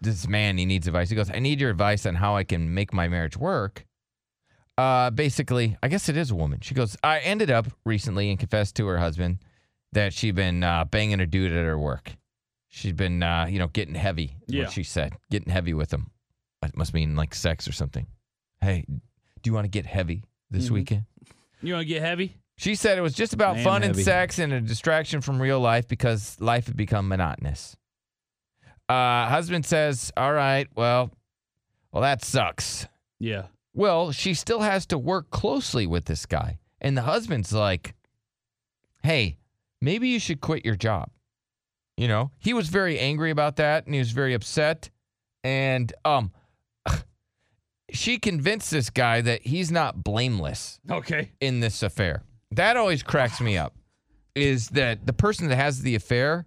This man, he needs advice. He goes, I need your advice on how I can make my marriage work. Uh, basically, I guess it is a woman. She goes, I ended up recently and confessed to her husband that she'd been uh, banging a dude at her work. She'd been, uh, you know, getting heavy. is Yeah. What she said, getting heavy with him. It must mean like sex or something. Hey, do you want to get heavy this weekend? You want to get heavy? She said it was just about Man fun heavy. and sex and a distraction from real life because life had become monotonous. Uh, husband says, "All right, well, well that sucks." Yeah. Well, she still has to work closely with this guy, and the husband's like, "Hey, maybe you should quit your job." You know, he was very angry about that, and he was very upset, and um, she convinced this guy that he's not blameless Okay. in this affair. That always cracks me up is that the person that has the affair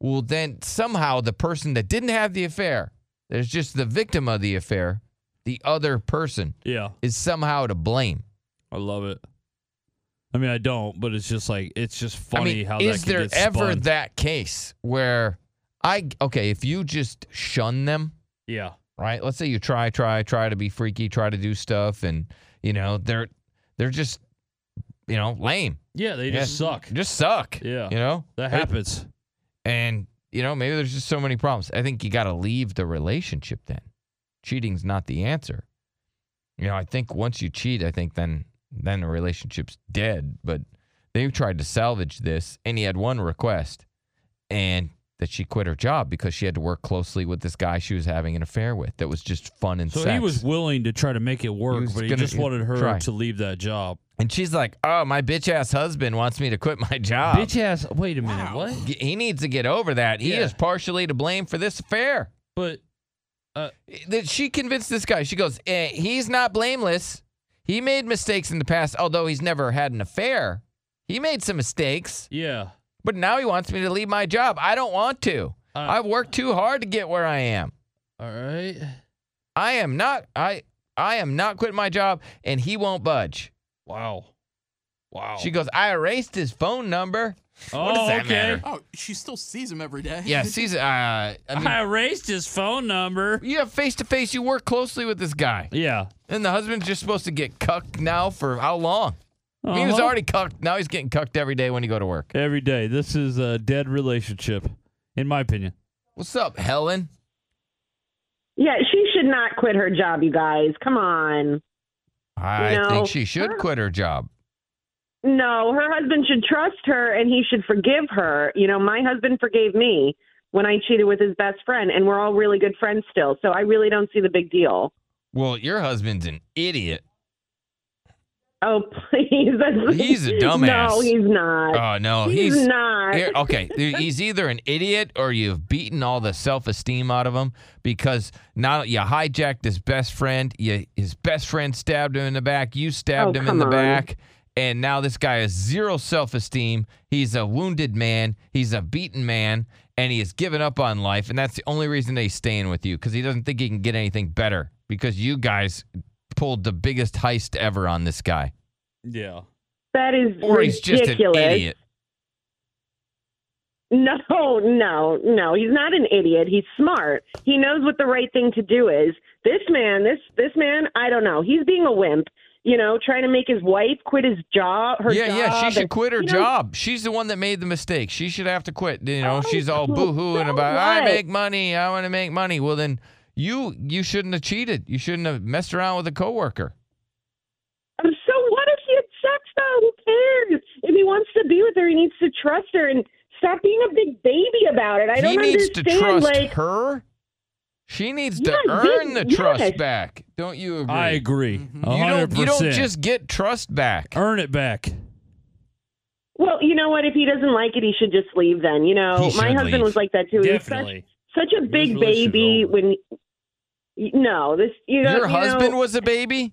will then somehow the person that didn't have the affair, there's just the victim of the affair, the other person Yeah. is somehow to blame. I love it. I mean, I don't, but it's just like it's just funny I mean, how is that could there get ever spun. that case where I okay, if you just shun them, Yeah. right? Let's say you try, try, try to be freaky, try to do stuff, and you know they're they're just you know lame, Yeah, they Yeah. just suck. just suck. Yeah. you know That They're- happens. And, you know, maybe there's just so many problems. I think you got to leave the relationship then. Cheating's not the answer. You know, I think once you cheat, I think then then the relationship's dead, but they tried to salvage this and he had one request and that she quit her job because she had to work closely with this guy she was having an affair with that was just fun and So sex. he was willing to try to make it work, was but he gonna just wanted her try. to leave that job. and she's like, "Oh, my bitch ass husband wants me to quit my job." Bitch ass. Wait a minute. What? G- He needs to get over that. He Yeah. is partially to blame for this affair. But that she convinced this guy. She goes, eh, he's not blameless. He made mistakes in the past, although he's never had an affair. He made some mistakes, yeah. but now he wants me to leave my job. I don't want to. Uh, I've worked too hard to get where I am. All right. I am not. I I am not quitting my job, and he won't budge. Wow. Wow. She goes, I erased his phone number. oh, does that okay. matter? Oh, she still sees him every day. Yes, he's. Uh, I mean, I erased his phone number. you have face to face. You work closely with this guy, Yeah. and the husband's just supposed to get cucked now for how long? He was Uh-huh. already cucked. Now he's getting cucked every day when you go to work. every day. This is a dead relationship, in my opinion. What's up, Helen? Yeah, she should not quit her job, you guys. Come on. I No. think she should quit her job. No, her husband should trust her and he should forgive her. You know, my husband forgave me when I cheated with his best friend, and we're all really good friends still. So I really don't see the big deal. Well, your husband's an idiot. Oh, please. That's- He's a dumbass. No, he's Oh, not. no. he's, He's, not. here- okay. He's either an idiot or you've beaten all the self esteem out of him because now you hijacked his best friend. You, his best friend stabbed him in the back. You stabbed Oh, him in the come on. back. And now this guy has zero self esteem. He's a wounded man. He's a beaten man. And he has given up on life. And that's the only reason that he's staying with you because he doesn't think he can get anything better because you guys pulled the biggest heist ever on this guy. Yeah. that is Or he's just ridiculous. an idiot. No, no, no. He's not an idiot. He's smart. He knows what the right thing to do is. This man, this this man, I don't know. He's being a wimp. You know, trying to make his wife quit his job. Her yeah, yeah, she job should and- quit her you know- job. She's the one that made the mistake. She should have to quit. You know, Oh, she's all so boo-hooing about I what? make money, I want to make money. Well, then you you shouldn't have cheated. You shouldn't have messed around with a coworker. Um, So what if he had sex though? Who cares? If he wants to be with her, he needs to trust her and stop being a big baby about it. I he don't needs understand. to trust like, her. She needs to Yes, earn the yes, trust yes. back. Don't you agree? Mm-hmm. I agree. You 100%. don't you don't just get trust back. earn it back. well, you know what? If he doesn't like it, he should just leave. Then you know, He my should husband leave. was like that too. He was such- Definitely. such a big relationship baby over. when no this you know Your you know- husband was a baby?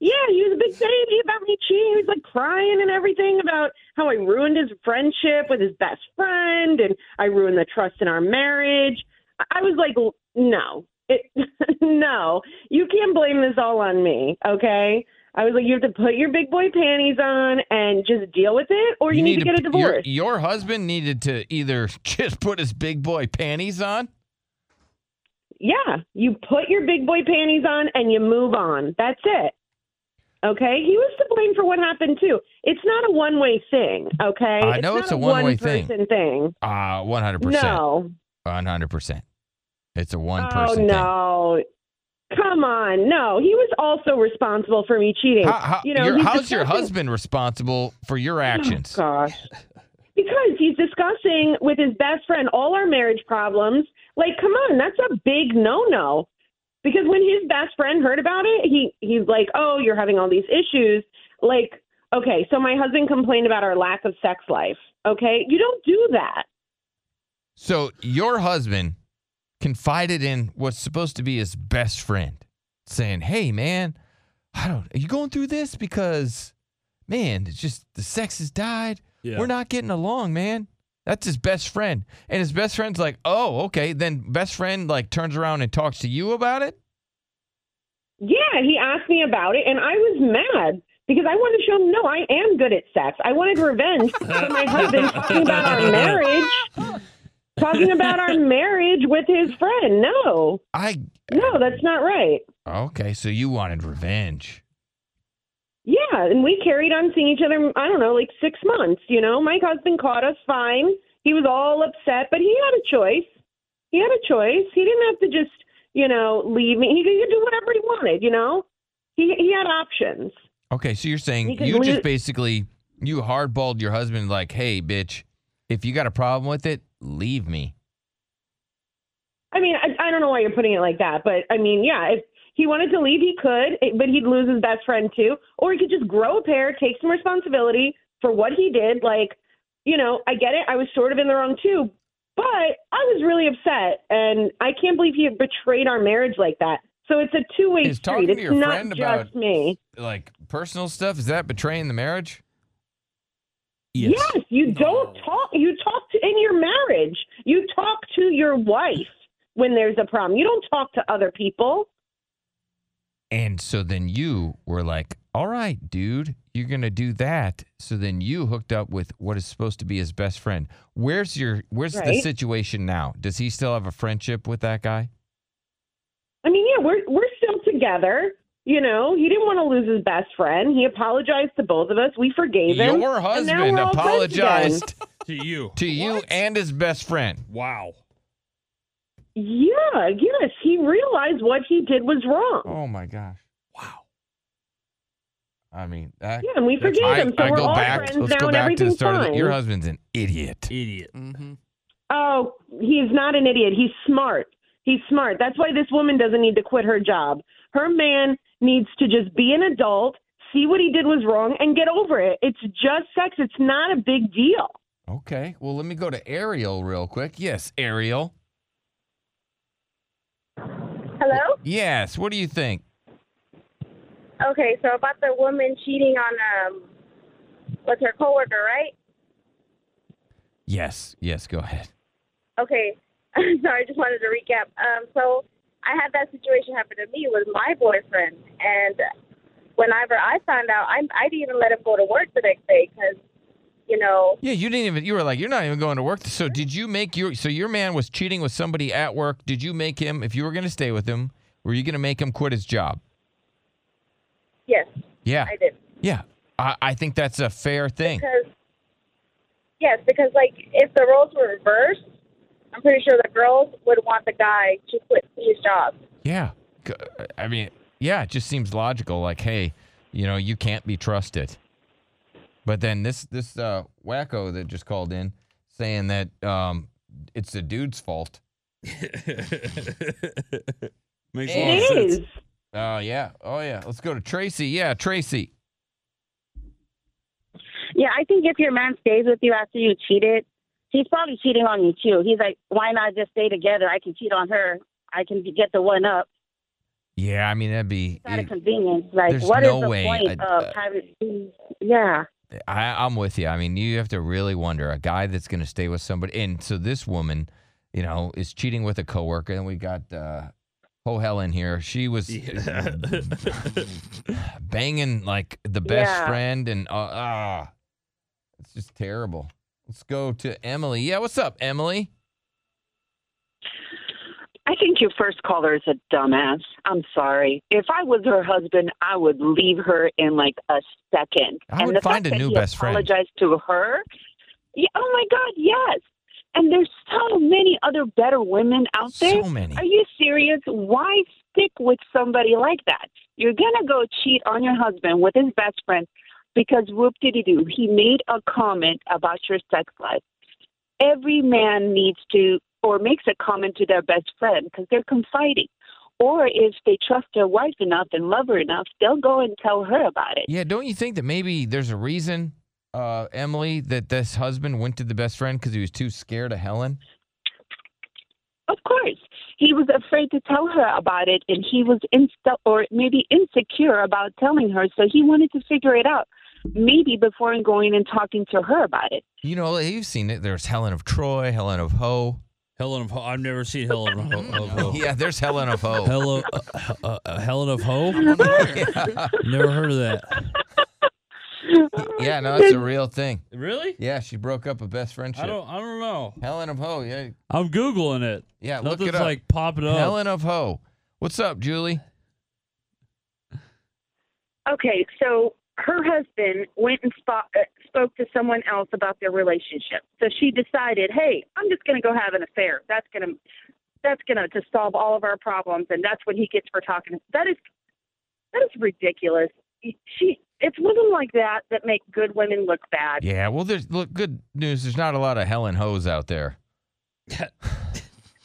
yeah he was a big baby about me cheating he was like crying and everything about how I ruined his friendship with his best friend and I ruined the trust in our marriage I- I was like no it, no you can't blame this all on me okay I was like you have to put your big boy panties on and just deal with it or you, need, to get a your- divorce Your, husband needed to either just put his big boy panties on. yeah, you put your big boy panties on and you move on. That's it. Okay? He was to blame for what happened too. It's not a one way thing, okay? I know not it's a one-way thing. person thing. Uh, 100%. No. 100%. It's a one Oh person no. Come on. No. He was also responsible for me cheating. thing. How, how, you know, your, he's how's your disgusting- husband responsible for your actions? Oh, gosh. Because he's discussing with his best friend all our marriage problems. Like, come on, that's a big no no. Because when his best friend heard about it, he he's like, Oh, you're having all these issues. Like, okay, so my husband complained about our lack of sex life. Okay. You don't do that. So your husband confided in what's supposed to be his best friend, saying, "Hey, man, I don't. Are you going through this because, man, it's just the sex has died. Yeah. We're not getting along, man." That's his best friend, and his best friend's like, "Oh, okay." Then best friend like turns around and talks to you about it. Yeah, he asked me about it, and I was mad because I wanted to show him, no, I am good at sex. I wanted revenge for my husband talking about our marriage, talking about our marriage with his friend. No, I no, that's not right. okay. So you wanted revenge. Yeah, and we carried on seeing each other, I don't know, like six months, you know? My husband caught us fine. He was all upset, but he had a choice. He had a choice. He didn't have to just, you know, leave me. He could do whatever he wanted, you know? He, he had options. Okay, so you're saying You you, can lose- just basically you hardballed your husband like, "Hey, bitch, if you got a problem with it, leave me." I mean, I, I don't know why you're putting it like that, but I mean, yeah, if he wanted to leave, he could, it- but he'd lose his best friend too. Or he could just grow a pair, take some responsibility for what he did. Like, you know, I get it. I was sort of in the wrong too, but I was really upset, and I can't believe he betrayed our marriage like that. So it's a two way Is talking street. to It's your not friend just about- me. Like personal stuff is that betraying the marriage? Yes, you don't talk. You talk to, in your marriage. You talk to your wife when there's a problem. You don't talk to other people. And so then you were like, "All right, dude, you're going to do that." So then you hooked up with what is supposed to be his best friend. Where's your where's the Right. situation now? Does he still have a friendship with that guy? I mean, yeah, we're we're still together. You know, he didn't want to lose his best friend. He apologized to both of us. We forgave him. Your and now husband we're all friends again. apologized to you. to you and his best friend. Wow. Yeah, yes, he realized what he did was wrong. Oh my gosh. Wow. I mean, that yeah, and we forgave I, him. So I we're go all back. friends Let's now, go back to and the everything's start. Of fine. the, your husband's an idiot. Idiot. Mm-hmm. Oh, he's not an idiot. He's smart. He's smart. That's why this woman doesn't need to quit her job. Her man needs to just be an adult, see what he did was wrong, and get over it. It's just sex. It's not a big deal. Okay. Well, let me go to Ariel real quick. Yes, Ariel. Hello? Yes. What do you think? Okay, so about the woman cheating on um with her coworker, right? Yes. Yes. Go ahead. Okay. Sorry, I just wanted to recap. Um so I had that situation happen to me with my boyfriend and whenever I found out I I didn't even let him go to work the next day cuz you know, Yeah, you didn't even. You were like, you're not even going to work. So did you make your? So your man was cheating with somebody at work. Did you make him? If you were going to stay with him, were you going to make him quit his job? yes, Yeah. I did. yeah. I, I think that's a fair thing. Because yes, because like if the roles were reversed, I'm pretty sure the girls would want the guy to quit his job. Yeah. C- I mean, yeah, it just seems logical. Like, hey, you know, you can't be trusted. But then this this uh, wacko that just called in saying that um, it's the dude's fault. Makes a lot of It sense. is. Oh yeah, oh yeah. Let's go to Tracy. Yeah, Tracy. Yeah, I think if your man stays with you after you cheated, he's probably cheating on me too. He's like, why not just stay together? I can cheat on her. I can be- get the one up. Yeah, I mean that'd be. It's out of it- convenience. Like, there's what is no the way uh, point a- of a- having? Yeah, I, I'm with you. I mean, you have to really wonder a guy that's going to stay with somebody. And so this woman, you know, is cheating with a coworker, and we got uh, Ho Helen here. She was banging like the best Yeah. friend, and uh, ah, it's just terrible. Let's go to Emily. Yeah, what's up, Emily? I think your first caller is a dumbass. I'm sorry. If I was her husband, I would leave her in like a second. I and would the find fact a that new he best friend. apologized to her. Yeah, oh my God, yes. And there's so many other better women out there. So many. Oh, Are you serious? Why stick with somebody like that? You're gonna go cheat on your husband with his best friend because whoop diddy doo, he made a comment about your sex life. Every man needs to or makes a comment to their best friend because they're confiding. Or if they trust their wife enough and love her enough, they'll go and tell her about it. Yeah, don't you think that maybe there's a reason, uh, Emily, that this husband went to the best friend because he was too scared of Helen? Of course. He was afraid to tell her about it and he was insta or maybe insecure about telling her, so he wanted to figure it out maybe before going and talking to her about it. You know, you've seen it. There's Helen of Troy, Helen of Ho. Helen of Ho. I've never seen Helen of Ho. Of Ho. Yeah, there's Helen of Ho. Hello, uh, uh, uh, Helen of Ho. yeah, Never heard of that. yeah, no, that's a real thing. Really? Yeah, she broke up a best friendship. I don't. I don't know. Helen of Ho. Yeah, I'm googling it. yeah. Nothing's Look it up. like popping up. Helen of Ho. What's up, Julie? Okay, so her husband went and spo- uh, spoke to someone else about their relationship. So she decided, hey, I'm just going to go have an affair. That's going to that's going to just solve all of our problems, and that's what he gets for talking. That is that is ridiculous. She it's women like that that make good women look bad. Yeah. Well, there's look. Good news. There's not a lot of Helen Hoes out there.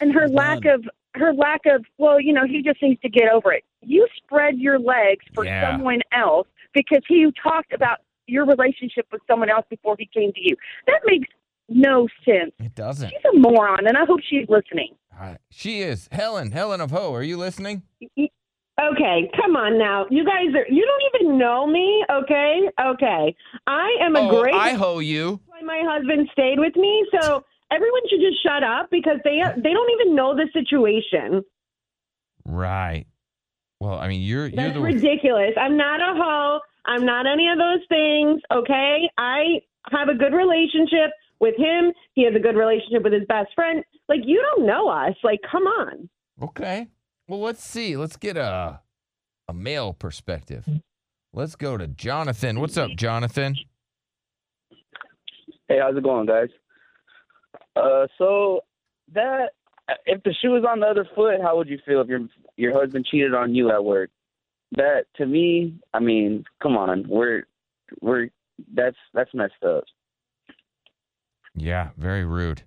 and her lack of her lack of well you know he just needs to get over it you spread your legs for Yeah. someone else because he talked about your relationship with someone else before he came to you that makes no sense It doesn't. she's a moron and i hope she's listening Uh, She is Helen. Helen of Ho. Are you listening? Okay, come on now. You guys are you don't even know me, okay? Okay. I am a oh, great I ho you. why my husband stayed with me, so everyone should just shut up because they they don't even know the situation. Right. Well, I mean, you're you're That's the ridiculous. I'm not a hoe. I'm not any of those things, okay? I have a good relationship with him. He has a good relationship with his best friend. Like you don't know us. Like come on. Okay. Well, let's see. Let's get a a male perspective. Let's go to Jonathan. What's up, Jonathan? Hey, how's it going, guys? Uh, so that if the shoe was on the other foot, how would you feel if your your husband cheated on you at work? That to me, I mean, come on, we're we're that's that's messed up. Yeah, very rude.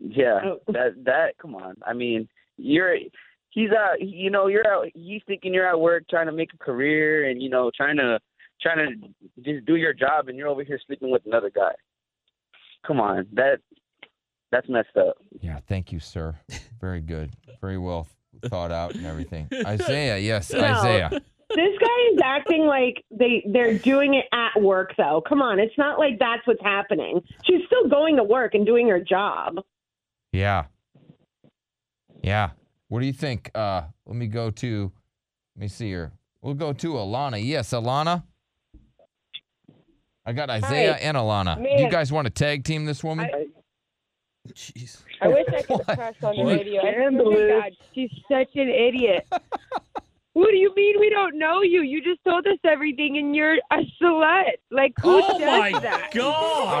Yeah, Oh. that that come on. I mean, you're he's out. You know, you're out. He's thinking you're at work trying to make a career and you know trying to trying to just do your job, and you're over here sleeping with another guy. Come on, that that's messed up. Yeah, thank you, sir. Very good. Very well thought out and everything. Isaiah, yes, No. Isaiah. This guy is acting like they they're doing it at work though. Come on, it's not like that's what's happening. She's still going to work and doing her job. Yeah. Yeah. What do you think? Uh, let me go to let me see here. We'll go to Alana. Yes, Alana. I got Isaiah and Alana. Do you Man. guys want to tag team this woman? Jeez. I wish I could What? press on the What? radio. I swear to Scandalous. God, she's such an idiot. What do you mean we don't know you? You just told us everything, and you're a slut. Like Oh my All god!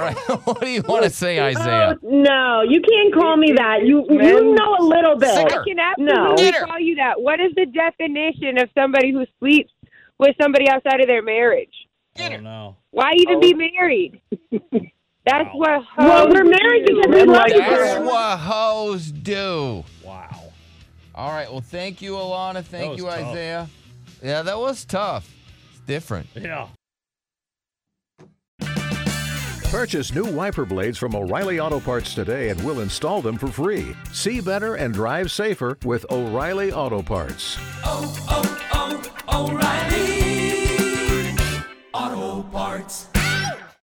right. what do you want to say, Isaiah? Oh, no, you can't call me that. You you know a little bit. Sick her. can absolutely No. call you that. What is the definition of somebody who sleeps with somebody outside of their marriage? I Oh, don't know. Why even be married? That's what. Well, hoes we're married do. because we love each That's other. what hoes do. Wow. All right. Well, thank you, Alana. Thank was you, tough. Isaiah. Yeah, that was tough. It's different. Yeah. Purchase new wiper blades from O'Reilly Auto Parts today and we'll install them for free. See better and drive safer with O'Reilly Auto Parts. Oh, oh, oh, O'Reilly. Auto parts.